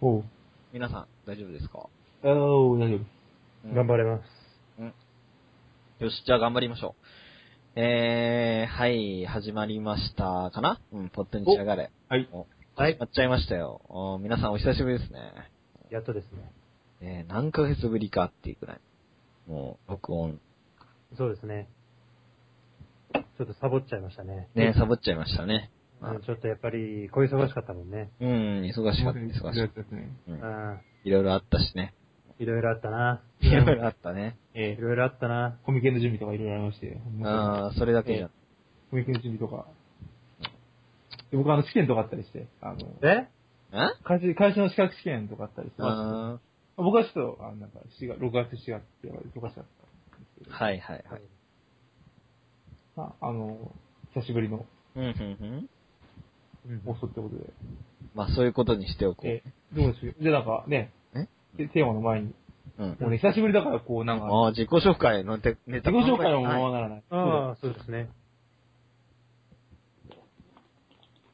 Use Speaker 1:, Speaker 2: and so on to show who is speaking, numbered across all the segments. Speaker 1: おう。
Speaker 2: 皆さん、大丈夫ですか
Speaker 1: あおう、大丈
Speaker 2: う
Speaker 1: 夫。
Speaker 2: ん
Speaker 1: 頑張れます。
Speaker 2: よし、じゃあ頑張りましょう。えー、はい、始まりましたかなうん、ポットに仕上がれ。
Speaker 1: はい。
Speaker 3: はい
Speaker 2: やっちゃいましたよ。おー皆さんお久しぶりですね。
Speaker 3: やっとですね。
Speaker 2: ねえ何ヶ月ぶりかっていうくらい。もう、録音。
Speaker 3: そうですね。ちょっとサボっちゃいましたね。
Speaker 2: ねサボっちゃいましたね。まあ
Speaker 3: うんちょっとやっぱり、小忙しかったもんね。
Speaker 2: うん、忙しかった、忙しかっ
Speaker 1: ね。
Speaker 2: た。うん
Speaker 3: うん。
Speaker 2: いろいろあったし ね。
Speaker 3: いろいろあったな。
Speaker 2: いろいろあったね。
Speaker 3: い
Speaker 1: ええ
Speaker 3: ろいろあったな。
Speaker 1: コミケの準備とかいろいろありまして。
Speaker 2: あー、それだけじゃん。
Speaker 1: コミケの準備とか。で僕はあの試験とかあったりして、あの、
Speaker 3: え
Speaker 2: え
Speaker 1: 会社会社の資格試験とかあったりして、
Speaker 2: あ
Speaker 1: 僕はちょっと、あの、なんか、4月、6月、4月って忙しかったんですけ
Speaker 2: ー
Speaker 1: ど、
Speaker 2: はいはいはい。
Speaker 1: まあ、あの、久しぶりの
Speaker 2: うん、うん、うん。
Speaker 3: うん
Speaker 1: 放送ってことで。
Speaker 2: まあ、そういうことにしておこう。
Speaker 1: ええ、どうでしょう。で、なんかね、
Speaker 2: え
Speaker 1: でテーマの前に、
Speaker 2: うん。
Speaker 1: もうね、久しぶりだから、こう、なんか、
Speaker 2: ああ、自己紹介のネネ
Speaker 1: 自
Speaker 2: タ
Speaker 1: 己
Speaker 2: 考え
Speaker 1: 紹介も
Speaker 2: はい
Speaker 1: ままならない。
Speaker 3: ああ、そうですね。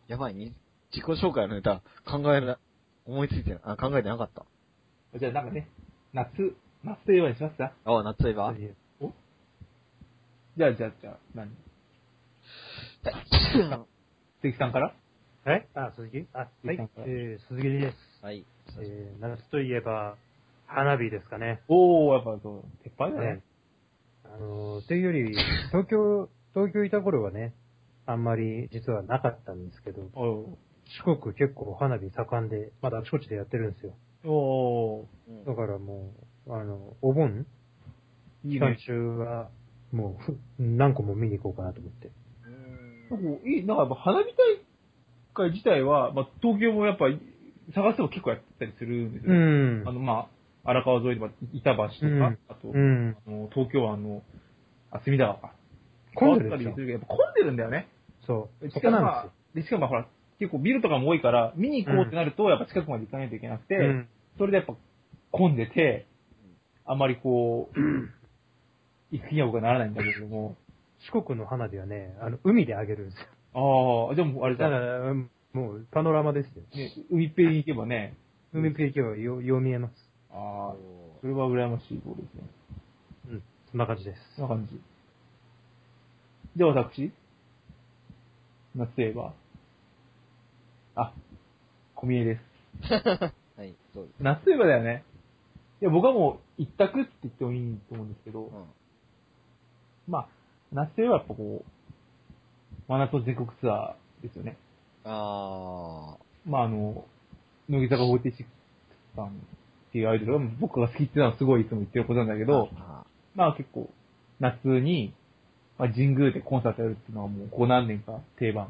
Speaker 2: やばいに、自己紹介のネタ考えな、思いついてな、あ、考えてなかった。
Speaker 1: そうだよじゃあ、なんかね、夏、夏といえばにしますか
Speaker 2: ああ、夏といえば
Speaker 3: 次
Speaker 1: じゃあ、じゃあ、じゃあ、何鈴木さんから
Speaker 3: えあ、鈴木あ、は
Speaker 1: 鈴木さん
Speaker 3: い
Speaker 1: か。ら
Speaker 3: えー、鈴木です。
Speaker 2: はい。
Speaker 3: えー、夏といえば、花火ですかね。
Speaker 1: おー、やっぱそう、鉄板だ
Speaker 3: ね
Speaker 1: ね。。
Speaker 3: あのー、というよ り、東京、東京いた頃はね、あんまり実はなかったんですけど、
Speaker 1: おう
Speaker 3: 四国結構花火盛んで、まだあちこちでやってるんですよ。
Speaker 1: お
Speaker 2: うん
Speaker 3: だからもう、あの、お盆
Speaker 1: ー、い
Speaker 3: 期
Speaker 1: い
Speaker 3: 間
Speaker 1: ね。
Speaker 3: 中は、もう、ふ何個も見に行こうかなと思って。
Speaker 1: なんかいい、なんかやっぱ花火大会自体は、まあ、東京もやっぱ、探しても結構やったりするんですよ。
Speaker 3: ん
Speaker 1: あの、まあ、荒川沿いとか、板橋とか、
Speaker 3: うん
Speaker 1: あと、
Speaker 3: うん。
Speaker 1: あの東京はあの、あ、隅田川か。
Speaker 3: 混んでる
Speaker 1: 変わったり
Speaker 3: でしょ
Speaker 1: するけど、やっぱ混んでるんだよね。
Speaker 3: そう。
Speaker 1: し
Speaker 3: そ
Speaker 1: か
Speaker 3: こ
Speaker 1: も、
Speaker 3: なん
Speaker 1: まあ
Speaker 3: で
Speaker 1: で、しかもほら、結構ビルとかも多いから、見に行こうってなると、やっぱ近くまで行かないといけなくて、
Speaker 3: すよ。うん。
Speaker 1: それでやっぱ混んでて、あんまりこう、行く気には僕はならないんだけれども。
Speaker 3: 四国の花火はね、あの、海であげるんですよ。
Speaker 1: ああ、でもあれ
Speaker 3: だ
Speaker 1: じ
Speaker 3: か
Speaker 1: ゃん、
Speaker 3: ら、うんもう、パノラマですよ。
Speaker 1: ね、海っぺりに行けばね、
Speaker 3: 海辺行けばよ、よう見えます。
Speaker 1: ああ、それは羨ましいことですね。
Speaker 3: うん。そんな感じです。
Speaker 1: そんな感じ。で、私夏といえば、あ、小見えです。
Speaker 2: はい、そうです。
Speaker 1: 夏といえばだよね。いや、僕はもう一択って言ってもいいと思うんですけど、
Speaker 2: うん
Speaker 1: まあ、夏といえばやっぱこう、真夏の全国ツアーですよね。
Speaker 2: あ
Speaker 1: まああの、乃木坂46さんっていうアイドルが僕が好きっていうのはすごいいつも言ってることなんだけ
Speaker 2: ー。
Speaker 1: ど、
Speaker 2: あ
Speaker 1: まあ結構、夏に、まあ、神宮でコンサートやるっていうのはもうここ何年か定番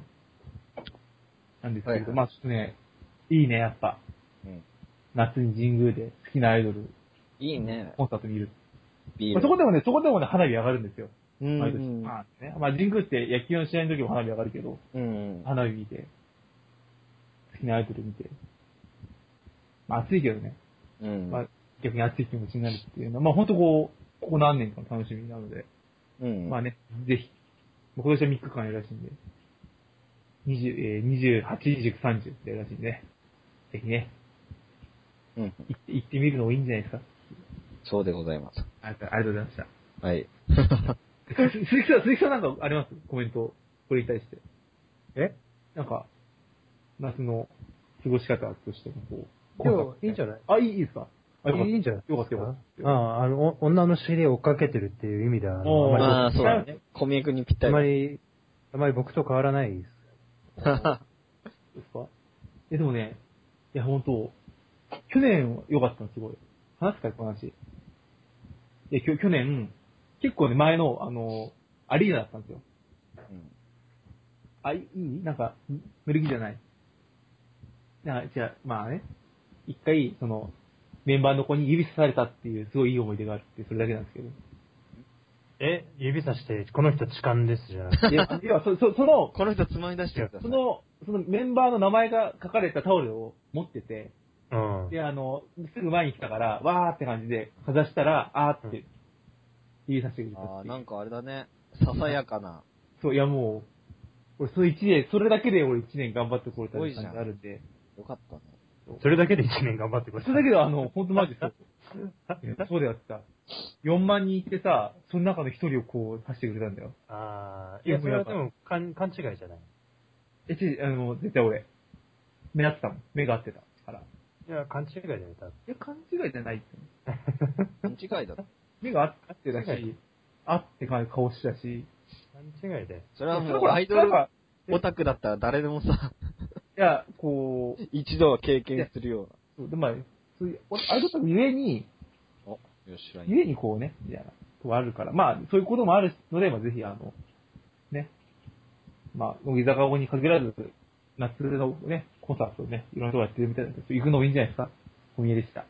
Speaker 1: なんですけど、
Speaker 2: はいはい
Speaker 1: まあちょっとね、いいね、やっぱ。
Speaker 2: ーうん。
Speaker 1: 夏に神宮で好きなアイドル、
Speaker 2: いいね。
Speaker 1: コンサート見る。
Speaker 2: ビー
Speaker 1: まあ、
Speaker 2: ル。
Speaker 1: そこでもね、そこでもね、花火上がるんですよ。
Speaker 2: うん
Speaker 1: 毎年。
Speaker 2: うん。
Speaker 1: まあね、まあ神宮って野球の試合の時も花火上がるけど、
Speaker 2: うん。
Speaker 1: 花火見て、好きなアイドル見て。まあ暑いけどね、
Speaker 2: うん。
Speaker 1: まあ逆に暑い気持ちになるっていうのは、まあ本当こう、ここ何年かの楽しみなので、
Speaker 2: うん。
Speaker 1: まあね、ぜひ。もう今年は3日間やるらしいんで。20、えー、28、29、30ってやるらしいんで。ぜひね、
Speaker 2: うん。
Speaker 1: 行って行ってみるのもいいんじゃないですか。
Speaker 2: そうでございます。
Speaker 1: ありがとうございました。
Speaker 2: はい。
Speaker 1: 鈴木さん、鈴木さんなんかありますコメント。これに対して。
Speaker 3: え
Speaker 1: なんか、夏の過ごし方としてもこう。
Speaker 3: でも、いいんじゃない
Speaker 1: あ、いいいいですかあよかった
Speaker 3: いいんじゃない
Speaker 1: よかったよかった。
Speaker 3: ああ、あの、お女の尻を追っかけてるっていう意味では、あのあ
Speaker 1: おー
Speaker 3: まり
Speaker 2: まあ、そうだね。小宮君にぴっ
Speaker 3: あ
Speaker 2: た
Speaker 3: ま
Speaker 2: り。
Speaker 3: り、あまり僕と変わらないです。
Speaker 1: そうですかえ、でもね、いや、本当去年は良かったの、すごい。話すか、この話。いや、きょ去年、結構ね、前の、あの、アリーナだったんですよ。
Speaker 2: うん
Speaker 1: あ、いいなんか、古着じゃない。なんか、違う、まあね、一回、その、メンバーの子に指さされたっていう、すごいいい思い出があるって、それだけなんですけど。
Speaker 3: え指さして、この人痴漢ですじゃん。
Speaker 1: いや、いやそそその、
Speaker 2: この人つまみ出してくださ
Speaker 1: そ
Speaker 2: い。
Speaker 1: の、そのメンバーの名前が書かれたタオルを持ってて、
Speaker 3: うん。
Speaker 1: で、あの、すぐ前に来たから、わーって感じで、かざしたら、あーって、指さしてくれた
Speaker 2: あ
Speaker 1: っ
Speaker 2: あ、
Speaker 1: てい
Speaker 2: な
Speaker 1: うん
Speaker 2: かあれだね。ささやかな。
Speaker 1: そう、いやもう、俺その一年、それだけで俺一年頑張ってこれた
Speaker 2: すごいじゃん
Speaker 1: 感じあるんで、
Speaker 2: よかったね。
Speaker 3: それだけで1年頑張ってくだ
Speaker 1: そ
Speaker 3: さい。
Speaker 1: れだけど、あの、本当マジでそう。 いやそうだよってさ、4万人いてさ、その中の1人をこう、出してくれたんだよ。
Speaker 3: ああ、いや、それはでも、勘、勘違いじゃない。
Speaker 1: え、ち、あの、絶対俺、目合ってたもん。目が合ってたから。い
Speaker 3: いや、勘違いじゃない。多分
Speaker 1: や、勘違いじゃないって。
Speaker 2: 勘違いだろ。
Speaker 1: 目が合ってた
Speaker 3: 勘違
Speaker 1: し、あってか顔してたし。
Speaker 3: 勘違いで。
Speaker 2: それはも
Speaker 1: ほ
Speaker 2: う
Speaker 1: ら
Speaker 2: アイドル
Speaker 1: なんか
Speaker 2: オタクだったら誰でもさ、
Speaker 1: いや、こう
Speaker 2: 一度は経験するような。
Speaker 1: そう、でまあ、そういう、おあれだったらゆえに、
Speaker 2: お、吉ライン。
Speaker 1: ゆえにこうね、みたいな、とこあるから。まあ、そういうこともあるので、まあ、ぜひ、あの、ね、まあ、乃木坂に限らず、夏のね、コンサートをね、いろんなとこやってるみたいなんですけど行くのもいいんじゃないですか。お見えでした。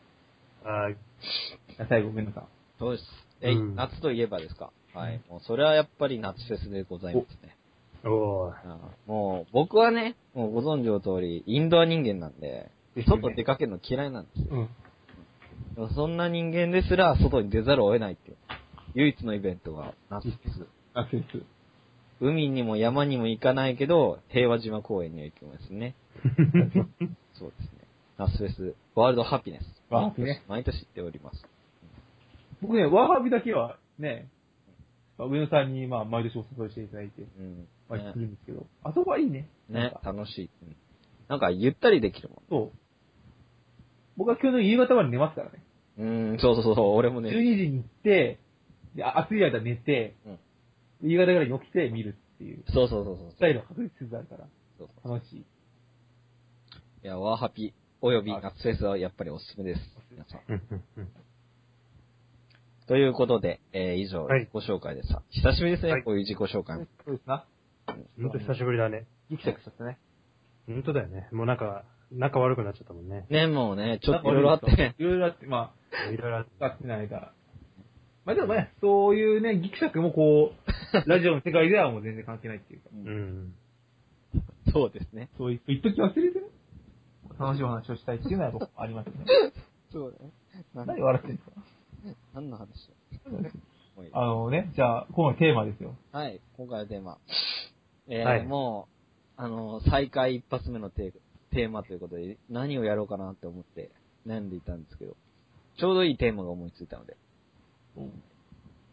Speaker 3: ああ、
Speaker 1: 最後、ごめんなさい。
Speaker 2: そうです。え、
Speaker 3: うん
Speaker 2: 夏といえばですか。はい。もうそれはやっぱり夏フェスでございますね。
Speaker 3: おー
Speaker 2: あーもう僕はね、もうご存知の通り、インドア人間なんで、
Speaker 1: ですよね
Speaker 2: 外出かけるの嫌いなんですよ。
Speaker 1: うん。
Speaker 2: でもそんな人間ですら外に出ざるを得ないっていう。唯一のイベントが夏フェス。
Speaker 1: アクセス。
Speaker 2: 海にも山にも行かないけど、平和島公園には行きますね。 そうですね。夏フェス、ワールドハピネス。
Speaker 1: ワープね
Speaker 2: 毎年行っております。
Speaker 1: 僕ね、ワーハビだけはね、まあ上野さんに、まあ、毎年お誘いしていただいて、
Speaker 2: うん。
Speaker 1: まあ、
Speaker 2: ね
Speaker 1: するんですけど、あそこはいいね。なん
Speaker 2: ね
Speaker 1: か、
Speaker 2: 楽しい。うんなんか、ゆったりできるも
Speaker 1: そう。僕は今日の夕方まで寝ますからね。
Speaker 2: ん。うん、そうそうそう、俺もね、
Speaker 1: 12時に行って、であ暑い間寝て、夕方ぐらいに起きて見るっていう、
Speaker 2: そうそうそうそう
Speaker 1: スタイルは確立あるから、
Speaker 2: そうそう。
Speaker 1: 楽しい。
Speaker 2: いや、ワーハピ、および夏フェスはやっぱりおすすめです。皆さん。
Speaker 3: うんうんうん
Speaker 2: ということで、えー、以上、
Speaker 3: はい
Speaker 2: 自己紹介でした。久しぶりですね、
Speaker 3: はい
Speaker 2: こういう自己紹介も。
Speaker 1: そうですな。
Speaker 3: ほんと久しぶりだね。
Speaker 1: ギクシャクしちゃったね。
Speaker 3: ほんとだよね。もうなんか、仲悪くなっちゃったもんね。
Speaker 2: ね、もうね、ちょっといろいろあってね。
Speaker 1: いろいろあって、ま
Speaker 3: いろいろあって。
Speaker 1: あ、使ってないから。まあでもね、そういうね、ギクシャクもこ う、ラジオの世界ではもう全然関係ないっていうか、
Speaker 3: うん。
Speaker 2: そうですね。
Speaker 1: そういう、一時忘れてる楽しいお話をしたいっていうのはやっぱありますよね。
Speaker 2: そうね。何
Speaker 1: 何笑ってんですか
Speaker 2: 何の話もういい
Speaker 1: あのね、じゃあ、今回のテーマですよ。
Speaker 2: はい、今回のテーマ。えー
Speaker 3: はい
Speaker 2: もう、あの、再開一発目のテーテーマということで、何をやろうかなって思って悩んでいたんですけど、ちょうどいいテーマが思いついたので、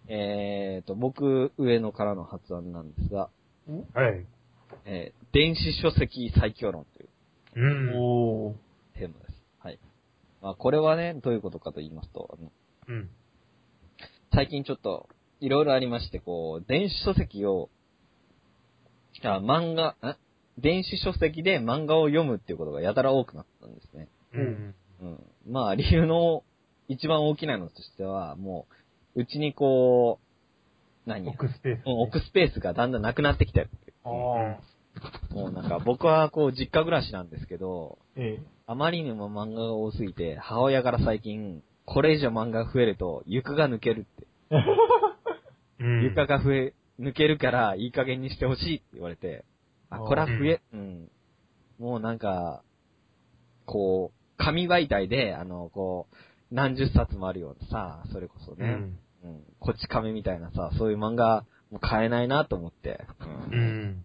Speaker 2: えーと、僕、上野からの発案なんですが、
Speaker 3: はい。
Speaker 2: えー電子書籍最強論という
Speaker 3: うん。
Speaker 1: おー。
Speaker 2: テーマです。はい。まあ、これはね、どういうことかと言いますと、あの
Speaker 3: うん。
Speaker 2: 最近ちょっと、いろいろありまして、こう、電子書籍を、あ、漫画、ん電子書籍で漫画を読むっていうことがやたら多くなったんですね。
Speaker 3: うん。
Speaker 2: うん。まあ、理由の一番大きなのとしては、もう、うちにこう、何
Speaker 3: 置くスペース。
Speaker 2: うん置くスペースがだんだんなくなってきた。
Speaker 1: あ
Speaker 2: もうなんか、僕はこう、実家暮らしなんですけど、
Speaker 1: ー。ええ。
Speaker 2: あまりにも漫画が多すぎて、母親から最近、これ以上漫画が増えると、床が抜けるって。
Speaker 3: うん。
Speaker 2: 床が増え、抜けるから、いい加減にしてほしいって言われて、あ、
Speaker 1: あー
Speaker 2: これは増え、うん。もうなんか、こう、紙媒体で、あの、こう、何十冊もあるようなさ、それこそ
Speaker 3: う
Speaker 2: ね、
Speaker 3: ん。
Speaker 2: うん、こっち亀みたいなさ、そういう漫画、もう買えないなと思って、
Speaker 3: う、ん。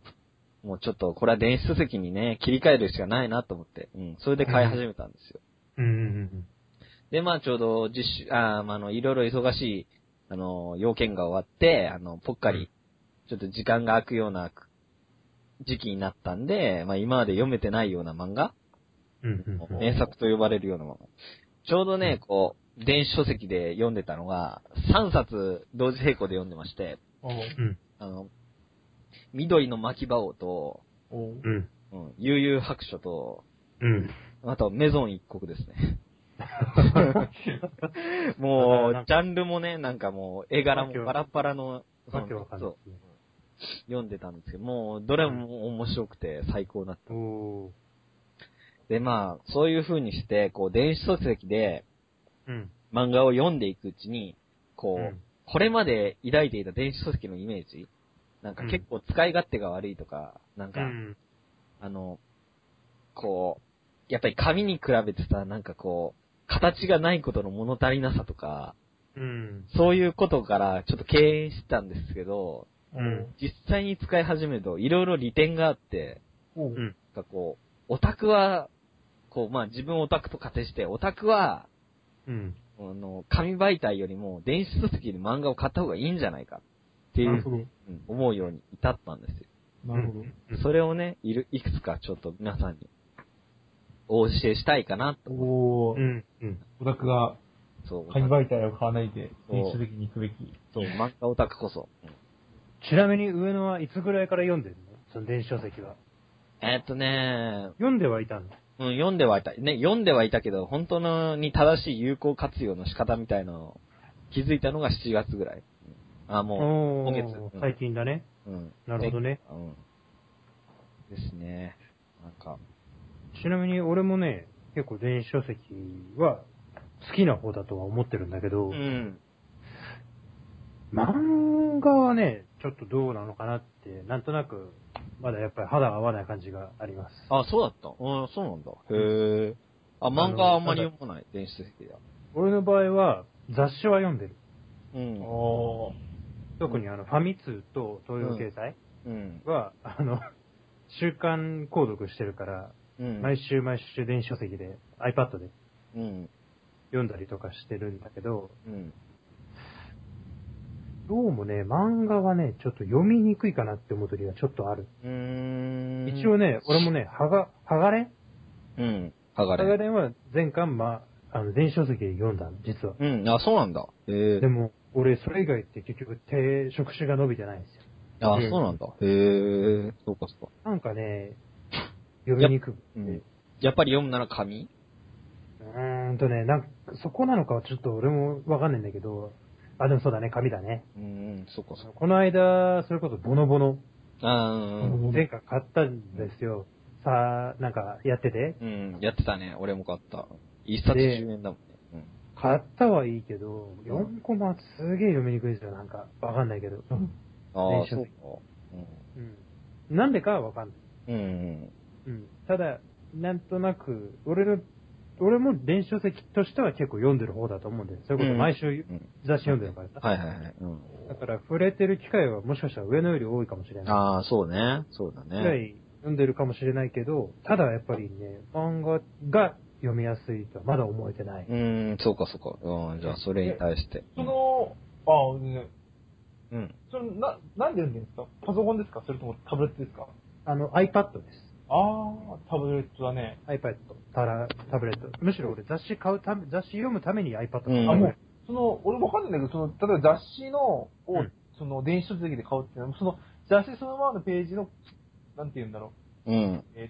Speaker 2: もうちょっと、これは電子書籍にね、切り替えるしかないなと思って、うん、それで買い始めたんですよ。
Speaker 3: うん。
Speaker 2: で、まあちょうど実習、あーまああの、いろいろ忙しい、あの、要件が終わって、あの、ぽっか
Speaker 3: うん
Speaker 2: り、ちょっと時間が空くような時期になったんで、まあ今まで読めてないような漫画、
Speaker 3: うん。
Speaker 1: ん
Speaker 2: 名作と呼ばれるようなもの。ちょうどね、こう、電子書籍で読んでたのが、3冊同時並行で読んでまして、
Speaker 1: おー。
Speaker 3: うん。
Speaker 2: あの、緑の巻き場王と、
Speaker 1: おー。
Speaker 3: うん。
Speaker 2: うん、悠々白書と、
Speaker 3: うん。
Speaker 2: あと、メゾン一国です ね。もう、ジャンルもね、なんかもう、絵柄もバラバラの、
Speaker 3: わけわかんない
Speaker 2: そう読んでたんですけど、もう、どれも面白くて最高な。
Speaker 3: おお。
Speaker 2: で、まあ、そういう風にして、こう、電子書籍で
Speaker 3: うん。
Speaker 2: 漫画を読んでいくうちに、こう、これまで抱いていた電子書籍のイメージ、なんか結構使い勝手が悪いとか、なん
Speaker 3: う
Speaker 2: か、
Speaker 3: ん。
Speaker 2: あの、こう、やっぱり紙に比べてさ、なんかこう、形がないことの物足りなさとか、
Speaker 3: うん。
Speaker 2: そういうことからちょっと敬遠してたんですけど、
Speaker 1: うん。
Speaker 2: 実際に使い始めるといろいろ利点があって、
Speaker 1: おー。
Speaker 3: うん
Speaker 2: なんかこう、オタクは、こう、まあ自分オタクと仮定して、オタクは、
Speaker 3: うん。
Speaker 2: あの、紙媒体よりも電子書籍で漫画を買った方がいいんじゃないかってい
Speaker 1: なる
Speaker 2: う、
Speaker 1: ほど。
Speaker 2: うん思うように至ったんですよ。
Speaker 1: なるほど。
Speaker 3: ど
Speaker 2: それをね、いる、いくつかちょっと皆さんに、お教えしたいかなと。
Speaker 1: お
Speaker 3: う
Speaker 1: ー、
Speaker 3: ん。うん。
Speaker 1: オタクが
Speaker 2: そう。
Speaker 1: 紙媒体を買わないで、
Speaker 2: そう
Speaker 1: 電子書籍に行くべき。
Speaker 2: そう、漫画オタクこそ。うん
Speaker 3: ちなみに上野はいつぐらいから読んでるのその電子書籍は。
Speaker 2: えーっとね、
Speaker 3: 読んではいたの
Speaker 2: うん、読んではいた。ね、読んではいたけど、本当のに正しい有効活用の仕方みたいなのを気づいたのが7月ぐらい。うんあ、も
Speaker 3: お
Speaker 2: 今月うん
Speaker 3: ー、最近だね。
Speaker 2: う、うん。
Speaker 3: なるほどね。
Speaker 2: で。うん。ですね。なんか、
Speaker 3: ちなみに俺もね、結構電子書籍は好きな方だとは思ってるんだけど、
Speaker 2: うん。
Speaker 3: 漫画はね、ちょっとどうなのかなって、なんとなく、まだやっぱり肌が合わない感じがあります。
Speaker 2: あ、そうだった。うん、そうなんだ。へえ。あ、漫画はあんまり読まない、電子書籍では。
Speaker 3: 俺の場合は、雑誌は読んでる。
Speaker 2: うん。
Speaker 1: おー。
Speaker 3: 特にあの、ファミ通と東洋経済
Speaker 2: うん。
Speaker 3: は、あの、週刊購読してるから、
Speaker 2: うん。
Speaker 3: 毎週毎週電子書籍で、iPad で
Speaker 2: うん。
Speaker 3: 読んだりとかしてるんだけど、
Speaker 2: うん。
Speaker 3: どうもね、漫画はね、ちょっと読みにくいかなって思う時がちょっとある。
Speaker 2: うーん。
Speaker 3: 一応ね、俺もね、はが、はがれん
Speaker 2: うん。剥が
Speaker 3: は
Speaker 2: れ。
Speaker 3: がれんは全巻、まあ、あの、電子書籍で読んだの、実は。
Speaker 2: うん。あ、そうなんだ。へえ
Speaker 3: で。も、俺、それ以外って結局、手、職種が伸びてないんですよ。
Speaker 2: あ、
Speaker 3: うん
Speaker 2: そうなんだ。へえ。そうか、そうか。
Speaker 3: なんかね、読みにくくて。
Speaker 2: うんやっぱり読むなら紙
Speaker 3: うーんとね、なんか、そこなのかはちょっと俺もわかんないんだけど、あ、でもそうだね、紙だね。
Speaker 2: うん、そっかそっ
Speaker 3: この間、それこそボノボノ、
Speaker 2: か。あ
Speaker 1: うん
Speaker 3: 前回買ったんですよ。さあ、なんか、やってて。
Speaker 2: ーうん、やってたね。俺も買った。一冊
Speaker 3: で
Speaker 2: 10円だもんね。
Speaker 3: 買ったはいいけど、4コマすげえ読みにくいんですよ、なんか。わかんないけど。
Speaker 2: うん。ああ、
Speaker 3: 電車
Speaker 2: そう
Speaker 3: で
Speaker 2: か。
Speaker 3: うん。なんでかはわかんない。
Speaker 2: うん。うん。
Speaker 3: うん。ただ、なんとなく、俺の、俺も電子書籍としては結構読んでる方だと思うんで、そういうこと
Speaker 2: うん
Speaker 3: 毎週
Speaker 2: うん
Speaker 3: 雑誌読んでるからさ。
Speaker 2: はいはいはい。うん。
Speaker 3: だから触れてる機会はもしかしたら上のより多いかもしれない。
Speaker 2: ああ、そうね。そうだ
Speaker 3: ぐら
Speaker 2: ね。
Speaker 3: い読んでるかもしれないけど、ただやっぱりね、漫画が読みやすいとはまだ思えてない。
Speaker 2: うん、そうかそうか。うん、じゃあそれに対して。
Speaker 1: その、あ、ね、
Speaker 2: うん。
Speaker 1: その、な、なんで読んでるんですかパソコンですかそれともタブレットですか
Speaker 3: あの、iPad です。
Speaker 1: あー、タブレットだね。
Speaker 3: iPad、タラ、タブレット。むしろ俺雑誌買うため、雑誌読むために iPad 買
Speaker 2: うん
Speaker 1: あ、もう、その、俺もわかんないけど、その、例えば雑誌の、を
Speaker 3: うん
Speaker 1: その、電子書籍で買うっていうのは、その、雑誌そのままのページの、なんて言うんだろ
Speaker 2: うん。
Speaker 1: う、え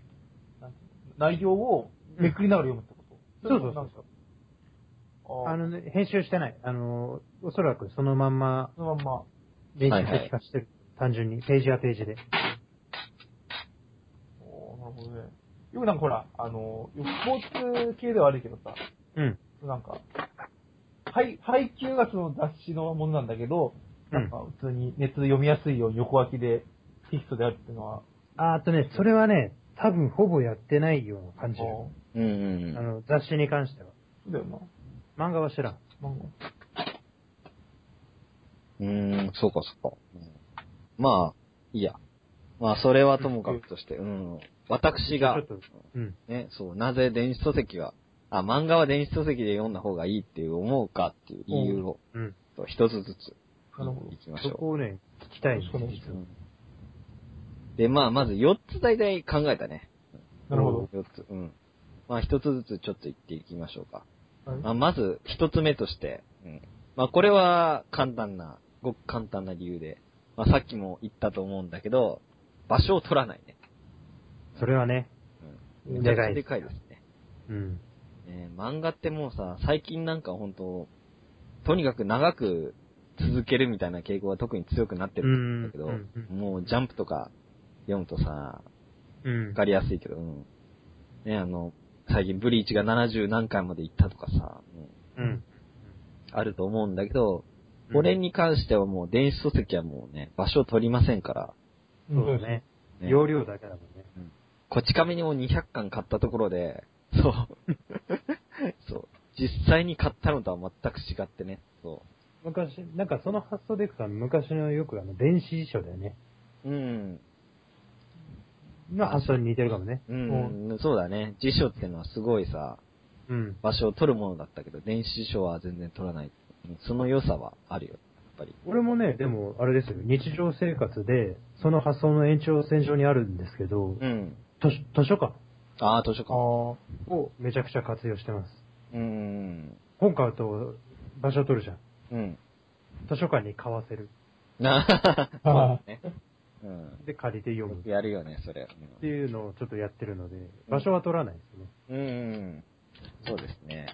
Speaker 1: ーなんて内容をめくりながら読むってこと、
Speaker 3: うんそうそうそう
Speaker 1: なんかあ
Speaker 3: あ
Speaker 1: ー
Speaker 3: のね、編集してない。あの、おそらくそのまんま
Speaker 1: そのまんま。
Speaker 3: 電子書籍化してる。単純に、ページはページで。
Speaker 1: おーなるほどね。よくなんかほら、あの、スポーツ系ではあるけどさ、
Speaker 3: うん。
Speaker 1: なんか、配配給がその雑誌のものなんだけど、
Speaker 3: う
Speaker 1: なん
Speaker 3: ん
Speaker 1: か。普通にネットで読みやすいように横書きでテキストであるっていうのは、
Speaker 3: ああとね、それはね、多分ほぼやってないような感じ
Speaker 1: あー
Speaker 3: る。
Speaker 2: うんうん
Speaker 3: あの、雑誌に関しては。
Speaker 1: そうだよな。
Speaker 3: 漫画は知らん。
Speaker 1: なんか
Speaker 2: うん。うん、そうかそうか。うんまあ、いいや。まあ、それはともかくとして、うん。私が、
Speaker 3: ちょっと、うん。
Speaker 2: ね、そう、なぜ電子書籍は、あ、漫画は電子書籍で読んだ方がいいっていう思うかっていう理由を、
Speaker 3: うん。
Speaker 2: と一つずつ
Speaker 1: なるほど
Speaker 2: いきまし
Speaker 3: そ
Speaker 2: ょ
Speaker 3: こをね、聞きたいんです
Speaker 1: そうです
Speaker 3: 実は
Speaker 2: う。で、まあ、まず4つ大体考えたね。
Speaker 1: なるほど。
Speaker 2: 4つ。うん。まあ、一つずつちょっと言っていきましょうか。
Speaker 1: はい
Speaker 2: まあ、まず、一つ目として、うん。まあ、これは簡単な、ごく簡単な理由で、まあ、さっきも言ったと思うんだけど、場所を取らないね。
Speaker 3: それはね、
Speaker 2: め
Speaker 3: ん
Speaker 2: ちゃくちゃ
Speaker 3: で
Speaker 2: で
Speaker 3: か
Speaker 2: かいですね。
Speaker 3: うん。
Speaker 2: ね、漫画ってもうさ、最近なんか本当とにかく長く続けるみたいな傾向が特に強くなってると思うんだけど、
Speaker 3: うんうんう
Speaker 2: もうジャンプとか読むとさ、
Speaker 3: うん
Speaker 2: わ。かりやすいけど、うん。ね、あの、最近ブリーチが70何回まで行ったとかさ、うん
Speaker 3: うん。
Speaker 2: あると思うんだけど、俺に関してはもう電子書籍はもうね、場所を取りませんから、
Speaker 3: うん、そうだね。
Speaker 2: ね
Speaker 3: 容量だけだもんね。
Speaker 2: こち亀にも200巻買ったところで、そう。 そう。実際に買ったのとは全く違ってね、そう。
Speaker 3: 昔、なんかその発想でいくとさ、昔のよくあの、電子辞書だよね。
Speaker 2: うん。
Speaker 3: が発想に似てるかもね。
Speaker 2: うん、そうだね。辞書ってのはすごいさ、
Speaker 3: うん。
Speaker 2: 場所を取るものだったけど、電子書は全然取らない。その良さはあるよ、やっぱり。
Speaker 3: 俺もね、でも、あれですよ。日常生活で、その発想の延長線上にあるんですけど、
Speaker 2: うん。
Speaker 3: 図書図書館
Speaker 2: ああ、図書館。
Speaker 3: をめちゃくちゃ活用してます。
Speaker 2: うん。
Speaker 3: 本買うと場所取るじゃん。
Speaker 2: うん。
Speaker 3: 図書館に買わせる。
Speaker 2: なそうだね。うん。
Speaker 3: で、借りて読む。
Speaker 2: やるよね、それ。
Speaker 3: っていうのをちょっとやってるので、場所は取らないですね。
Speaker 2: うん。うん。そうですね。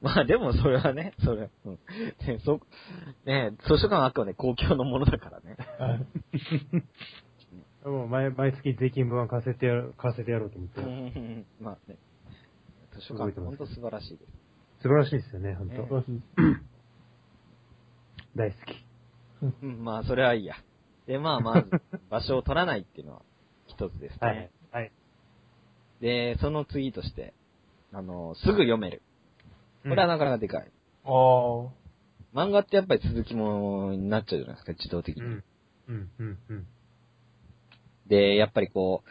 Speaker 2: うん、まあでもそれはね、それ、うん。ね、そ、ね、図書館はあくまで公共のものだからね。
Speaker 3: もう毎毎月税金分は貸せてやる、貸せてやろうと思って。
Speaker 2: うん。まあね。図書館って本当素晴らしいです。
Speaker 3: 素晴らしいですよね、本
Speaker 2: ね
Speaker 3: 当、
Speaker 1: 素晴らしい。
Speaker 3: 大好き。
Speaker 2: うん、まあそれはいいや。で、まあま ず、場所を取らないっていうのは一つですね。
Speaker 3: はい。はい。
Speaker 2: で、その次として、あの、すぐ読める。これはなかなかでかい。
Speaker 1: ああ。
Speaker 2: 漫画ってやっぱり続きものになっちゃうじゃないですか、自動的
Speaker 3: う
Speaker 2: に。
Speaker 3: ん。うん、うん、うん。
Speaker 2: で、やっぱりこ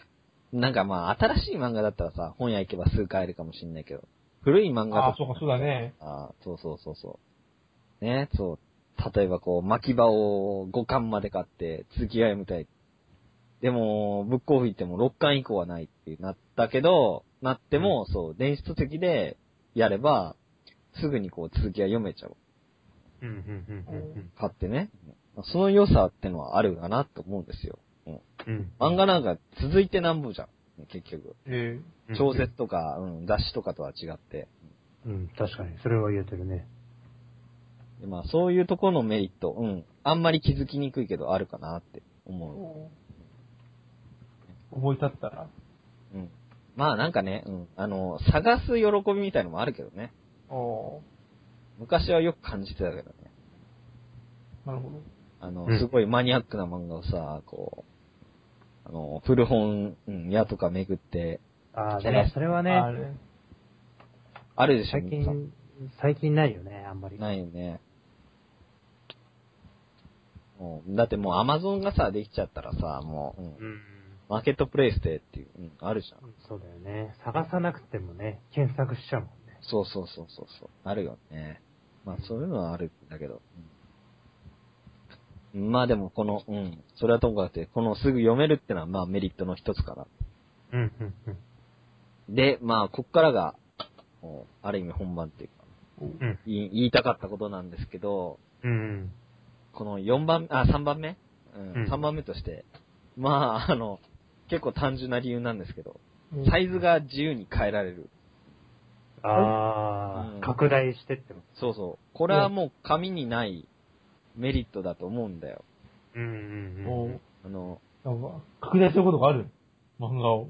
Speaker 2: う、なんかまあ、新しい漫画だったらさ、本屋行けばすぐ買えるかもしんないけど、古い漫画だ
Speaker 1: ああ、
Speaker 2: と
Speaker 1: そうか、そうだね。
Speaker 2: あーそうそうそうそう。ね、そう。例えばこう、巻き場を5巻まで買って、続きが読みたい。でも、ブックオフ行っても6巻以降はないってなったけど、なっても、そう、電子書籍でやれば、すぐにこう、続きが読めちゃう。
Speaker 3: うん、うん、うん、うん
Speaker 2: 買ってね、その良さってのはあるかなと思うんですよ。
Speaker 3: うん。
Speaker 2: 漫画なんか続いてなんぼじゃん、結局。
Speaker 1: え
Speaker 3: うん
Speaker 2: 小説とか、うん、雑誌とかとは違って。
Speaker 3: うん、確かに。それは言えてるね。
Speaker 2: でまあ、そういうところのメリット、うん、あんまり気づきにくいけどあるかなって
Speaker 1: え
Speaker 2: 思
Speaker 1: 思い立ったら。
Speaker 2: う。うん。まあなんかね、うん、あの、探す喜びみたいのもあるけどね。
Speaker 1: お
Speaker 2: 昔はよく感じてたけどね。
Speaker 1: なるほど。
Speaker 2: あの
Speaker 3: う、ん
Speaker 2: すごいマニアックな漫画をさ、こう、あの、古本、うん、屋とか巡って、
Speaker 3: ああ、
Speaker 2: じゃ
Speaker 3: で
Speaker 2: あね
Speaker 3: もそれは
Speaker 1: あ
Speaker 3: ね、
Speaker 1: れ。
Speaker 2: あるでしょ、
Speaker 3: 最
Speaker 2: 皆さん
Speaker 3: 近、最近ないよね、あんまり。
Speaker 2: ないよね。もうだってもうアマゾンがさ、できちゃったらさ、もう、うん
Speaker 3: うん。
Speaker 2: マーケットプレイスでっていう、うん、あるじゃん。
Speaker 3: そうだよね。探さなくてもね、検索しちゃうもんね。
Speaker 2: そうそうそうそうそう。あるよね。まあそういうのはあるんだけど。うんまあでもこの、うん、それはともかくて、このすぐ読めるってのはまあメリットの一つかな。
Speaker 3: うん、うん、うん。
Speaker 2: で、まあこっからが、もうある意味本番っていうか、
Speaker 3: うん、
Speaker 2: 言い言いたかったことなんですけど、
Speaker 3: うん。
Speaker 2: この4番、あ、3番目、うん、
Speaker 3: うん
Speaker 2: 3番目として、まあ、あの、結構単純な理由なんですけど、
Speaker 1: うん
Speaker 2: サイズが自由に変えられる。
Speaker 3: あ
Speaker 2: うん
Speaker 3: あ、拡大してっても。
Speaker 2: そうそう。これはもう紙にないメリットだと思うんだよ。
Speaker 3: うん、うん、
Speaker 1: お
Speaker 3: う。
Speaker 1: うん
Speaker 2: あの、
Speaker 1: なんか、拡大することがある漫画を。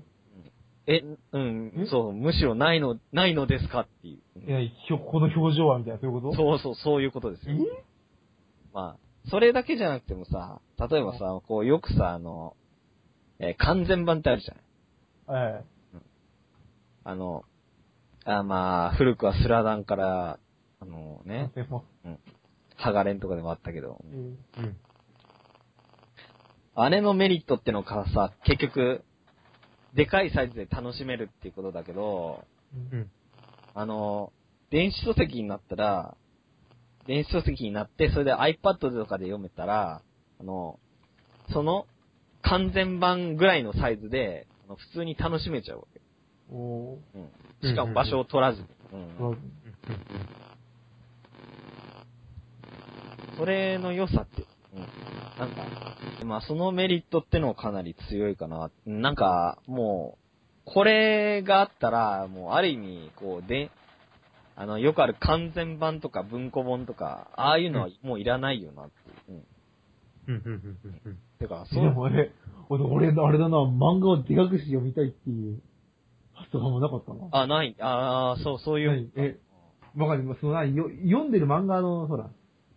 Speaker 2: え、うんん、そう、むしろないの、ないのですかっていう。
Speaker 1: いや、ひょこの表情はみたいな、そういうこと
Speaker 2: そうそう、そういうことですよ。
Speaker 1: え
Speaker 2: まあ、それだけじゃなくてもさ、例えばさ、こう、よくさ、あの、えー完全版ってあるじゃん。
Speaker 1: え
Speaker 2: あの、あまあ、古くはスラダンから、あの
Speaker 1: え。
Speaker 2: ね、
Speaker 1: でも
Speaker 2: ハガレンとかでもあったけど、
Speaker 1: うん
Speaker 3: うん。
Speaker 2: あれのメリットってのがさ、結局、でかいサイズで楽しめるっていうことだけど、
Speaker 3: うん。
Speaker 2: あの、電子書籍になったら、電子書籍になって、それで iPad とかで読めたら、あの、その完全版ぐらいのサイズで、あの普通に楽しめちゃうわけ。
Speaker 1: お
Speaker 2: うん。しかも場所を取らずに。うん
Speaker 1: ー
Speaker 2: それの良さって、うん、なんか、まあそのメリットってのかなり強いかな。なんか、もう、これがあったら、もうある意味、こう、で、あの、よくある完全版とか文庫本とか、ああいうのはもういらないよなっていう。うん。
Speaker 3: うん、うん、うん、うん。
Speaker 2: てか、
Speaker 1: で
Speaker 2: そ
Speaker 1: も
Speaker 2: う、
Speaker 1: あれ、俺、俺あれだな、漫画をでかくして読みたいっていう発想がもうなかったな。
Speaker 2: あ、ない、ああ、そう、そうい
Speaker 1: な
Speaker 2: う
Speaker 1: い、え、わかる、そのなよ読んでる漫画の、ほら、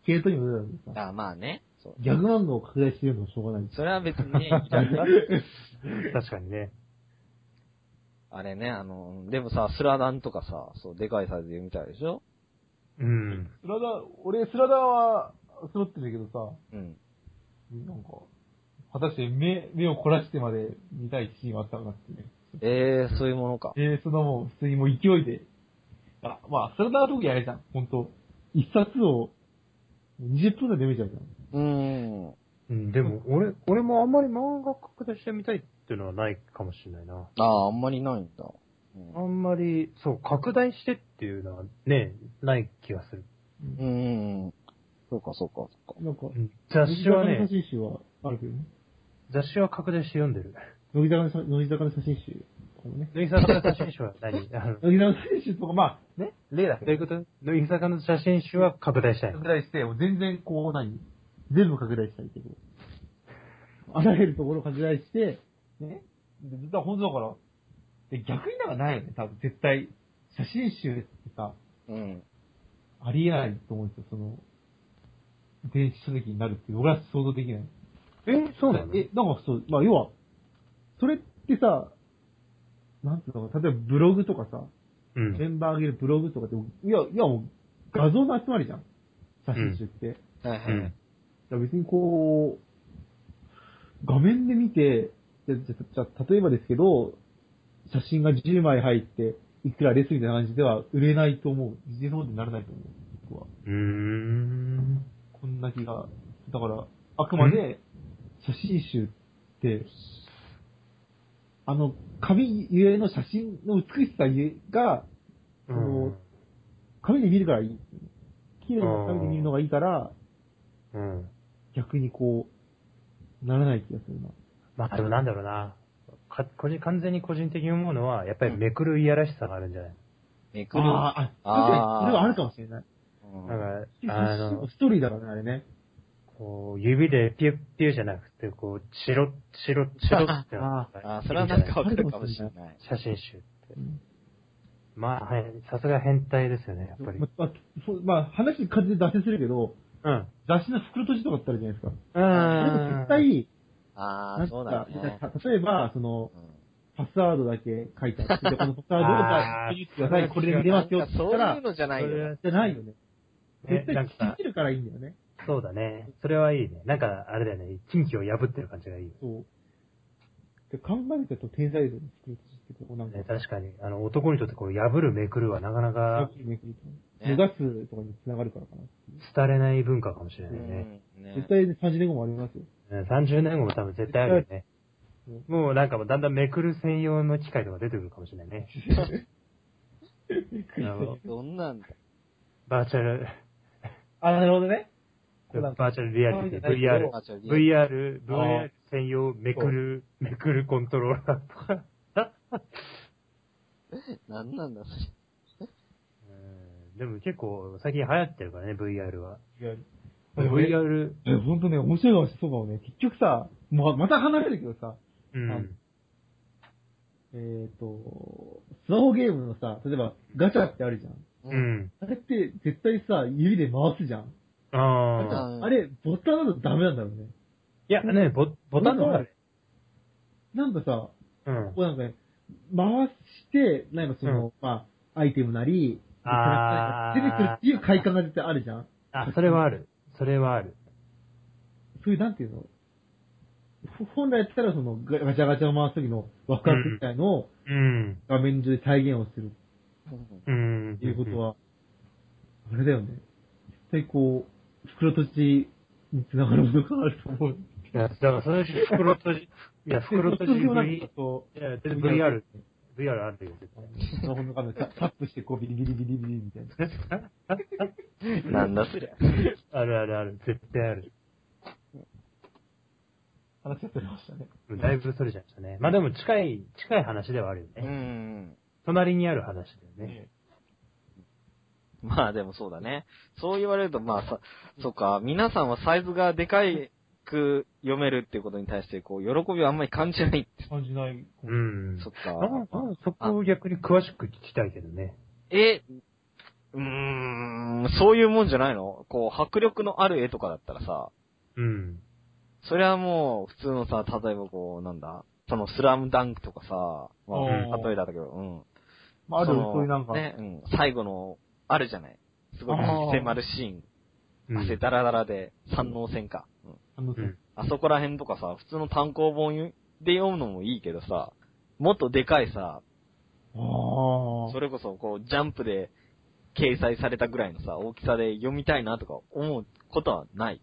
Speaker 1: 系統にも出たんですか。
Speaker 2: あまあね、そう。
Speaker 1: ギャグ漫画を拡大してるのはしょうがない。
Speaker 2: それは別に ね、いらない。
Speaker 3: 確かにね。
Speaker 2: あれね、あの、でもさ、スラダンとかさ、そう、でかいサイズで読みたいでしょ
Speaker 3: うん。
Speaker 1: スラダ、俺、スラダは、揃ってるけどさ、
Speaker 2: うん。
Speaker 1: なんか、果たして目、目を凝らしてまで見たいシーンはあったのかっていうね。
Speaker 2: ええそういうものか。
Speaker 1: えー、そのもう、普通にもう勢いで。あ、まあ、それなら特にあれじゃん。ほんと。一冊を、20分で読めちゃうじゃん。
Speaker 2: うーん。
Speaker 3: うん、でも、俺、俺もあんまり漫画拡大してみたいっていうのはないかもしれないな。
Speaker 2: ああ、あんまりないんだ。うん
Speaker 3: あんまり、そう、拡大してっていうのはね、ない気がする。
Speaker 2: うーん。そうか、そうか、そうか。
Speaker 1: なんか、
Speaker 3: 雑誌は
Speaker 1: 乃
Speaker 3: ね
Speaker 1: 木坂の、写真集はあるけどね。雑
Speaker 3: 雑誌は拡大して読んでる。
Speaker 1: 乃木坂の写乃木坂の写真集。このね。
Speaker 3: 乃木坂の写真集は何 あのど
Speaker 1: 乃木坂の写真集とか、まあ、ね、例だけ
Speaker 3: ういうこと乃木坂の写真集は拡大したい。
Speaker 1: 拡大して、もう全然こう何全部拡大したいけど。あらゆるところ拡大して、ね。でずっと本当だから、で逆になんかないよね、多分絶対。写真集ってさ、
Speaker 2: うん。
Speaker 1: ありえないと思うんですよ、その、電子書籍になるっていう、俺は想像できない。
Speaker 3: え、そうなの
Speaker 1: え、なんかそう、まあ要は、それってさ、なんていうのかな、例えばブログとかさ、
Speaker 3: うん
Speaker 1: メ。ンバー上げるブログとかって、いや、いやもう画像の集まりじゃん。写真集って。
Speaker 2: はいは
Speaker 3: う
Speaker 2: い。
Speaker 3: ん
Speaker 1: だから別にこう、画面で見て、じゃ、じゃ、じゃ、例えばですけど、写真が10枚入って、いくらですみたいな感じでは売れないと思う。ビジネスモデルにならないと思う。僕は。
Speaker 3: うーん。
Speaker 1: こんな気が。だから、あくまで、写真集って、あの、紙ゆえの写真の美しさゆえが、
Speaker 3: う
Speaker 1: の
Speaker 3: ん。
Speaker 1: 紙で見るからいい。綺麗な紙で見るのがいいから、
Speaker 3: うん。
Speaker 1: 逆にこう、ならない気がするな。
Speaker 3: まあでもなんだろうな。か個人完全に個人的に思うのは、やっぱりめくるいやらしさがあるんじゃない
Speaker 2: めくる。
Speaker 1: ああ、確かに、それはあるかもしれない。
Speaker 2: うん
Speaker 3: なんか、あの、
Speaker 1: ストーリーだからね、あれね。
Speaker 3: こう、指でピュッピュッじゃなくて、こう、チロッチロッチロッってなった
Speaker 2: あーそれはなんかわかるかもしれない。
Speaker 3: 写真集って。まあ、はい、さすが変態ですよね、やっぱり。
Speaker 1: ままそうまあ、話に風で脱線するけど、
Speaker 3: うん。
Speaker 1: 雑誌の袋閉じとかってあるじゃないですか。
Speaker 3: う
Speaker 1: あれも
Speaker 3: ん。
Speaker 1: 絶対、
Speaker 2: あ
Speaker 1: な
Speaker 2: あ、
Speaker 1: ん
Speaker 2: そうだ
Speaker 1: か、
Speaker 2: ね。
Speaker 1: 例えば、その、
Speaker 2: うん
Speaker 1: パスワードだけ書いてあって、でこのパスワードを
Speaker 3: あー
Speaker 1: 言ってください、これで見れますよ
Speaker 2: な
Speaker 1: っ
Speaker 2: ん
Speaker 1: て
Speaker 2: か
Speaker 1: 言
Speaker 2: そう
Speaker 1: った
Speaker 2: いう
Speaker 1: ら、
Speaker 2: のじゃないよね。
Speaker 1: じゃないよね。
Speaker 3: ね
Speaker 1: 絶
Speaker 3: な
Speaker 1: 対
Speaker 3: んか
Speaker 1: 聞いてるからいいんだよね。
Speaker 3: そうだね。それはいいね。なんか、あれだよね。近畿を破ってる感じがいいよ
Speaker 1: そう。で考えてると天才ですよね、袋閉じってこうなんか
Speaker 3: ね。。確かに、あの、男にとってこう、破るめくるはなかなか、
Speaker 1: 目指すとかに繋がるからかな。
Speaker 3: 廃れない文化かもしれないね。
Speaker 2: うんね
Speaker 1: 絶対30年後もありますよ。
Speaker 3: うん30年後も多分絶対あるよね
Speaker 1: うん。
Speaker 3: もうなんかもうだんだんめくる専用の機械とか出てくるかもしれないね。 あの
Speaker 2: どんなんだ。
Speaker 3: バーチャル、
Speaker 1: あ、なるほどね。
Speaker 3: バーチャルリアリティ、VR
Speaker 2: あ、じゃあ
Speaker 3: VR、
Speaker 1: あ
Speaker 3: VR 専用めくる、めくるコントローラーとか。
Speaker 2: なんなんだ、それ。
Speaker 3: でも結構最近流行ってるからね、VR は。
Speaker 1: VR。
Speaker 3: VR、
Speaker 1: え、ほんとね、面白い話そうかもね。結局さ、もうまた離れるけどさ、
Speaker 3: うん。
Speaker 1: えっ、と、スマホゲームのさ、例えばガチャってあるじゃん。
Speaker 3: う。ん。
Speaker 1: あれって絶対さ、指で回すじゃん。
Speaker 3: ああ。
Speaker 2: うん
Speaker 1: あれ、ボタンだとダメなんだろうね。
Speaker 3: いや、ね、ボボタンのある。
Speaker 1: なんかさ、
Speaker 3: うん。
Speaker 1: こうなんかね、回して、なんかその、まあ、アイテムなり、
Speaker 3: あー
Speaker 1: 出てくるっていう快感が絶対あるじゃん。
Speaker 3: あ、それはある。それはある。
Speaker 1: そういう、なんていうのほ本来やったらそのガガチャガチャを回す時のワクワクみたいのを
Speaker 3: うん。
Speaker 1: 画面上で再現をする
Speaker 2: うん
Speaker 3: うん。
Speaker 1: っていうことは、あれだよね。絶対こう、袋とじに繋がるものがあると思う。
Speaker 3: いや、だからそのうち袋閉じ、い や、袋閉じ VR、い
Speaker 1: なんかこ
Speaker 3: や、
Speaker 1: う
Speaker 3: VR、VR あるよ、絶対。
Speaker 1: スマホの画面タタップしてこうビリビリビリビリみたいな。
Speaker 2: なんだそりゃ。
Speaker 3: あるあるある、絶対ある。
Speaker 1: 話が取れましたね。
Speaker 3: だいぶそれちゃいましたね。まあでも近い、近い話ではあるよ
Speaker 2: う
Speaker 3: ね。
Speaker 2: ん。
Speaker 3: 隣にある話だよね。
Speaker 2: まあでもそうだね。そう言われると、まあさ、そっか、皆さんはサイズがでかいく読めるっていうことに対して、こう、喜びをあんまり感じないって。
Speaker 1: 感じない。
Speaker 3: うん。
Speaker 2: そっ
Speaker 3: あ
Speaker 2: か。
Speaker 3: あそこを逆に詳しく聞きたいけどね。
Speaker 2: え、うーん、そういうもんじゃないのこう、迫力のある絵とかだったらさ、
Speaker 3: うん。
Speaker 2: それはもう、普通のさ、例えばこう、なんだその、スラムダンクとかさ、まあ、
Speaker 1: うん
Speaker 2: 例えだけど、うん。
Speaker 1: まあ、ある
Speaker 2: の
Speaker 1: そういうなんか、
Speaker 2: ね、うん。最後の、あるじゃないすごい
Speaker 1: あー
Speaker 2: 迫るシーン。
Speaker 3: うん
Speaker 2: 汗だらだらで、三能戦か。うん
Speaker 1: あの、
Speaker 3: うん
Speaker 2: あそこら辺とかさ、普通の単行本で読むのもいいけどさ、もっとでかいさ、
Speaker 1: ああ
Speaker 2: それこそこう、ジャンプで掲載されたぐらいのさ、大きさで読みたいなとか思うことはない。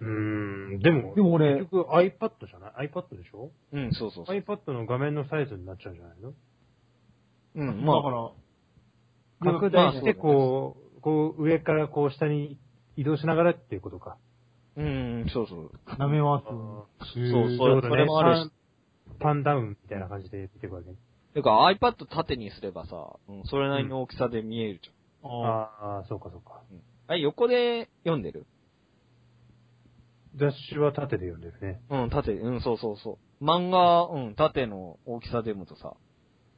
Speaker 3: うーん、でも、
Speaker 1: でも俺
Speaker 3: 結局 iPad じゃない ?iPad でしょ
Speaker 2: うん、そうそうそう。
Speaker 3: ?iPad の画面のサイズになっちゃうんじゃないの
Speaker 2: うん、
Speaker 1: だか
Speaker 2: まあ、
Speaker 1: ら、
Speaker 3: 拡
Speaker 2: ま
Speaker 3: 大
Speaker 2: あ
Speaker 3: して、こう、こう、上からこう、下に移動しながらっていうことか。
Speaker 2: うん、そうそう。
Speaker 1: 舐め回す。
Speaker 2: そう、そ
Speaker 3: そう
Speaker 2: れ
Speaker 3: だね
Speaker 2: それもあるし。
Speaker 3: パンダウンみたいな感じで見ていくわけ。
Speaker 2: てか iPad 縦にすればさ、うん、それなりの大きさで見えるじゃん。
Speaker 1: ああ
Speaker 3: ああ、そうかそうか。
Speaker 2: あれ、横で読んでる
Speaker 3: 雑誌は縦で読んでるね。
Speaker 2: うん、縦、うん、そうそうそう。漫画、うん、縦の大きさでもとさ、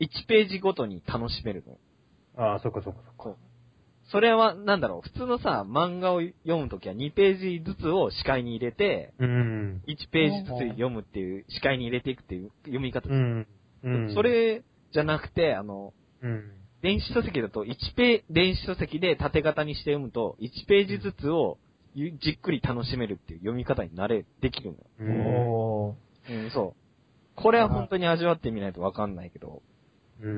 Speaker 2: 1ページごとに楽しめるの。
Speaker 3: ああ、そうかそうかそうか。
Speaker 2: それは、なんだろう、普通のさ、漫画を読むときは2ページずつを視界に入れて、
Speaker 3: うん。
Speaker 2: 1ページずつ読むっていう、視界に入れていくっていう読み方。
Speaker 3: うん。うん。
Speaker 2: そ、れじゃなくて、あの、
Speaker 3: うん。
Speaker 2: 電子書籍だと1ペー、電子書籍で縦型にして読むと、1ページずつをゆじっくり楽しめるっていう読み方になれ、できるのよ。
Speaker 3: う
Speaker 1: ー。
Speaker 3: ん。
Speaker 1: おー。
Speaker 2: うん、そう。これは本当に味わってみないとわかんないけど。
Speaker 3: うん